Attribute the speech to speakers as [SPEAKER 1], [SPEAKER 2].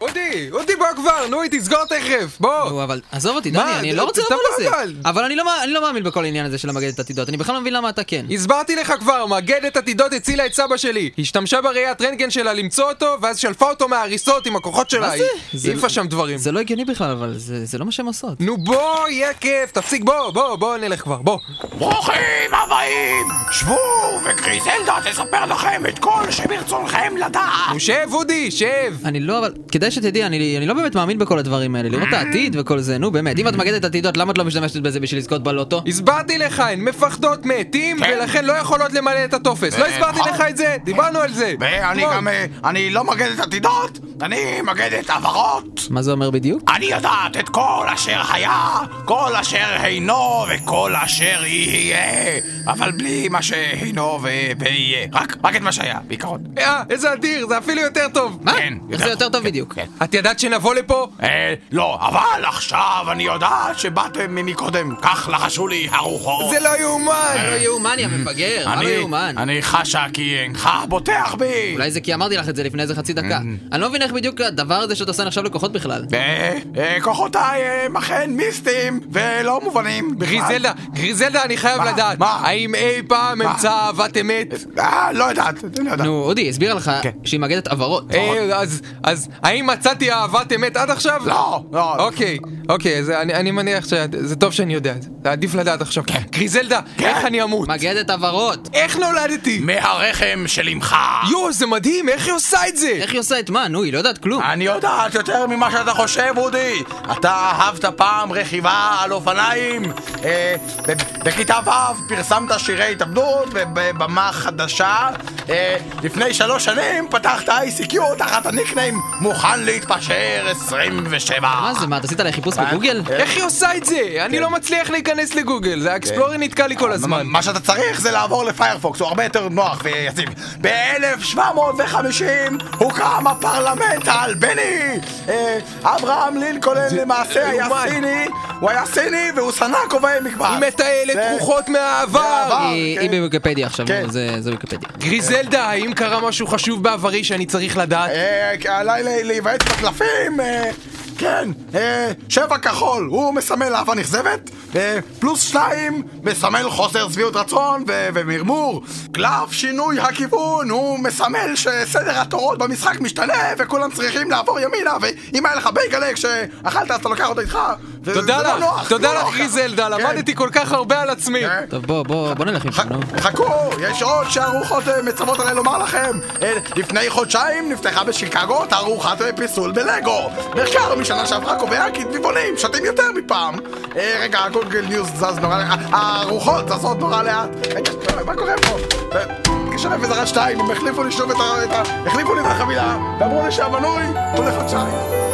[SPEAKER 1] אודי, אודי בוא כבר, נו, היא תסגור תכף,
[SPEAKER 2] לא,
[SPEAKER 1] בוא!
[SPEAKER 3] נו, אבל עזוב אותי,
[SPEAKER 1] מה,
[SPEAKER 3] דני, אני
[SPEAKER 1] ת-
[SPEAKER 3] לא רוצה לבוא
[SPEAKER 1] תבוא
[SPEAKER 3] לזה.
[SPEAKER 1] אבל.
[SPEAKER 3] אבל אני לא מא- אני לא מאמין בכל העניין הזה של המגדת עתידות, אני בכלל לא מבין למה אתה כן.
[SPEAKER 1] הסברתי לך כבר, מגדת עתידות הצילה את סבא שלי. השתמשה בראיית רנטגן שלה למצוא אותו, ואז שלפה אותו מההריסות עם הכוחות שלה.
[SPEAKER 3] מה זה?
[SPEAKER 1] היא
[SPEAKER 3] זה
[SPEAKER 1] העיפה
[SPEAKER 3] לא-
[SPEAKER 1] שם דברים.
[SPEAKER 3] זה לא הגיוני בכלל, אבל זה זה לא מה שהם עושות.
[SPEAKER 1] נו בוא, יהיה כיף, תפסיק, בוא, בוא, בוא נלך כבר, בוא.
[SPEAKER 2] ברוכים הבאים! שבו, וגריזלדה תספר לכם את כל שברצונכם לדעת!
[SPEAKER 1] נו שב, אודי, שב!
[SPEAKER 3] אני לא, אבל כדאי שתדעי, אני, אני לא באמת מאמין בכל הדברים האלה, לראות את העתיד וכל זה, נו באמת, אם את מגדת עתידות, למה את לא משתמשת בזה בשביל לזכות בלוטו?
[SPEAKER 1] הסברתי לך, הן מפחדות מעטים,
[SPEAKER 2] כן.
[SPEAKER 1] ולכן לא יכולות למלא את הטופס. לא הסברתי לך את זה, דיברנו על זה.
[SPEAKER 2] ואני
[SPEAKER 1] אתמול.
[SPEAKER 2] גם... אה, אני לא מגדת עתידות, אני מגדת עברות!
[SPEAKER 3] מה זה אומר בדיוק?
[SPEAKER 2] אני יודעת את כל אשר היה, כל אשר הינו וכל אשר יהיה, אבל בלי מה שהינו ו- ויהיה. רק, רק את מה שהיה, בעיקרון.
[SPEAKER 1] אה, איזה אדיר, זה אפילו יותר טוב.
[SPEAKER 3] מה?
[SPEAKER 2] כן,
[SPEAKER 3] איך זה יותר טוב בדיוק?
[SPEAKER 2] כן.
[SPEAKER 1] את ידעת שנבוא לפה?
[SPEAKER 2] אה, לא, אבל עכשיו אני יודעת שבאתם ממקודם, כך לחשו לי הרוחות.
[SPEAKER 1] זה לא יאומן!
[SPEAKER 3] לא יאומן, יא מפגר, מה לא
[SPEAKER 2] אני,
[SPEAKER 3] יאומן?
[SPEAKER 2] אני חשה כי אינך בוטח בי!
[SPEAKER 3] אולי זה כי אמרתי לך את זה לפני איזה חצי דקה. אני לא מבין איך בדיוק הדבר הזה שאת עושה נחשב לכוחות בכלל.
[SPEAKER 2] אה, אה, כוחותיי הם אכן מיסטיים ולא מובנים בכלל.
[SPEAKER 1] גריזלדה, גריזלדה, אני חייב
[SPEAKER 2] מה?
[SPEAKER 1] לדעת.
[SPEAKER 2] מה?
[SPEAKER 1] האם אי פעם
[SPEAKER 2] מה?
[SPEAKER 1] אמצא אהבת אמת?
[SPEAKER 2] אה, לא יודעת, אני לא יודעת.
[SPEAKER 3] נו, אודי, הסבירה לך
[SPEAKER 2] כן.
[SPEAKER 3] שהיא מגדת עברות.
[SPEAKER 1] אה, אז- אז האם מצאתי אהבת אמת עד עכשיו?
[SPEAKER 2] לא, לא.
[SPEAKER 1] אוקיי, אוקיי, אז אני אני מניח שזה טוב שאני יודע את זה. זה עדיף לדעת עכשיו. גריזלדה,
[SPEAKER 2] כן.
[SPEAKER 1] איך אני אמות?
[SPEAKER 3] מגדת
[SPEAKER 2] אה.
[SPEAKER 3] עברות!
[SPEAKER 1] איך נולדתי?
[SPEAKER 2] מהרחם של אמך.
[SPEAKER 1] יואו, זה מדהים, איך היא עושה את זה?
[SPEAKER 3] איך היא עושה את מה? נו, היא לא יודעת כלום.
[SPEAKER 2] אני יודעת יותר ממה שאתה חושב, אודי. אתה אהבת פעם רכיבה על אופניים. אה, ב- בכיתה ו' פרסמת שירי התאבדות בבמה חדשה. אה, לפני שלוש שנים פתחת ICQ תחת הניקניים מוכן להתפשר 27.
[SPEAKER 3] מה זה, מה, אתה עשית עליה חיפוש בגוגל?
[SPEAKER 1] איך היא עושה את זה?
[SPEAKER 2] כן.
[SPEAKER 1] אני לא מצליח להיכנס לגוגל, זה האקספלורר נתקע לי כל
[SPEAKER 2] אה,
[SPEAKER 1] הזמן.
[SPEAKER 2] מה שאתה צריך זה לעבור לפיירפוקס, הוא הרבה יותר נוח ויציב. ב-1750 הוקם הפרלמנט האלבני! אה, אברהם לינקולן למעשה היה
[SPEAKER 1] יאומן.
[SPEAKER 2] סיני, הוא היה סיני והוא שנא קובעי מקבץ.
[SPEAKER 1] היא מטיילת
[SPEAKER 2] זה-
[SPEAKER 1] רוחות מהעבר!
[SPEAKER 2] מהעבר.
[SPEAKER 3] היא היא
[SPEAKER 2] כן.
[SPEAKER 3] בוויקיפדיה עכשיו,
[SPEAKER 2] כן.
[SPEAKER 3] נו, זה זה ויקיפדיה.
[SPEAKER 1] גריזלדה, האם קרה משהו חשוב בעברי שאני צריך לדעת?
[SPEAKER 2] אה, עליי ל- להיוועץ בקלפים, אה, כן, אה, שבע כחול, הוא מסמל אהבה נכזבת, אה, פלוס שתיים מסמל חוסר שביעות רצון ו- ומרמור, קלף שינוי הכיוון, הוא מסמל שסדר התורות במשחק משתנה וכולם צריכים לעבור ימינה, ואם היה לך בייגלה כשאכלת אז אתה לוקח אותו איתך, וזה
[SPEAKER 1] תודה
[SPEAKER 2] לא
[SPEAKER 1] לך,
[SPEAKER 2] נוח,
[SPEAKER 1] תודה
[SPEAKER 2] לא
[SPEAKER 1] לך
[SPEAKER 2] נוח.
[SPEAKER 1] גריזלדה,
[SPEAKER 2] כן,
[SPEAKER 1] למדתי כל כך הרבה על עצמי.
[SPEAKER 2] כן.
[SPEAKER 3] טוב, בוא, בוא, בוא נלך מפה, נו.
[SPEAKER 2] ח- חכו, יש עוד שהרוחות אה, מצוות עליי לומר לכם. אה, לפני חודשיים נפתחה בשיקגו תערוכת אה, פיסול בלגו. מחקר משנה שעברה קובע כי דביבונים שתים יותר מפעם. אה, רגע, הגוגל ניוז זז נורא לאט. הרוחות זזות נורא לאט. רגע, מה קורה פה? אה, כשלב וזרה שתיים, הם החליפו לי שוב את ה... את ה- החליפו לי את החבילה, ואמרו לי שהמנוי הוא לחודשיים.